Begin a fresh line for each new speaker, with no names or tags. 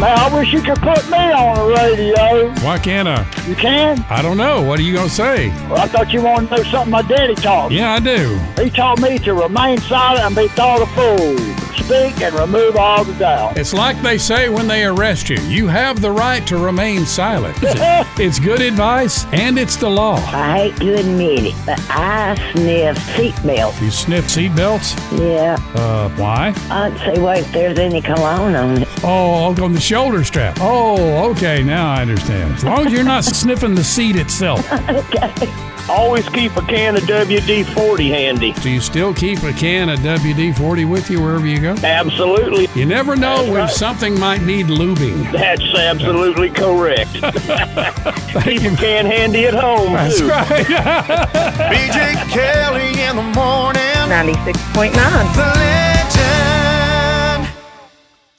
Man, I wish you could put me on the radio.
Why can't I?
You can?
I don't know. What are you going to say?
Well, I thought you wanted to know something my daddy taught. me.
Yeah, I do.
He taught me to remain silent and be thought a fool. Speak and remove all the doubt.
It's like they say when they arrest you you have the right to remain silent. it's good advice and it's the law.
I hate to admit it, but I sniff seatbelt.
You sniff seatbelts?
Yeah,
Uh, why?
I'd say wait if there's any cologne on it.
Oh, on the shoulder strap. Oh, okay. Now I understand. As long as you're not sniffing the seat itself.
Always keep a can of WD 40 handy.
Do you still keep a can of WD 40 with you wherever you go?
Absolutely.
You never know
That's
when
right.
something might need lubing.
That's absolutely correct. keep a can handy at home,
That's
too.
right.
BJ Kelly in the morning.
96.9.
The legend.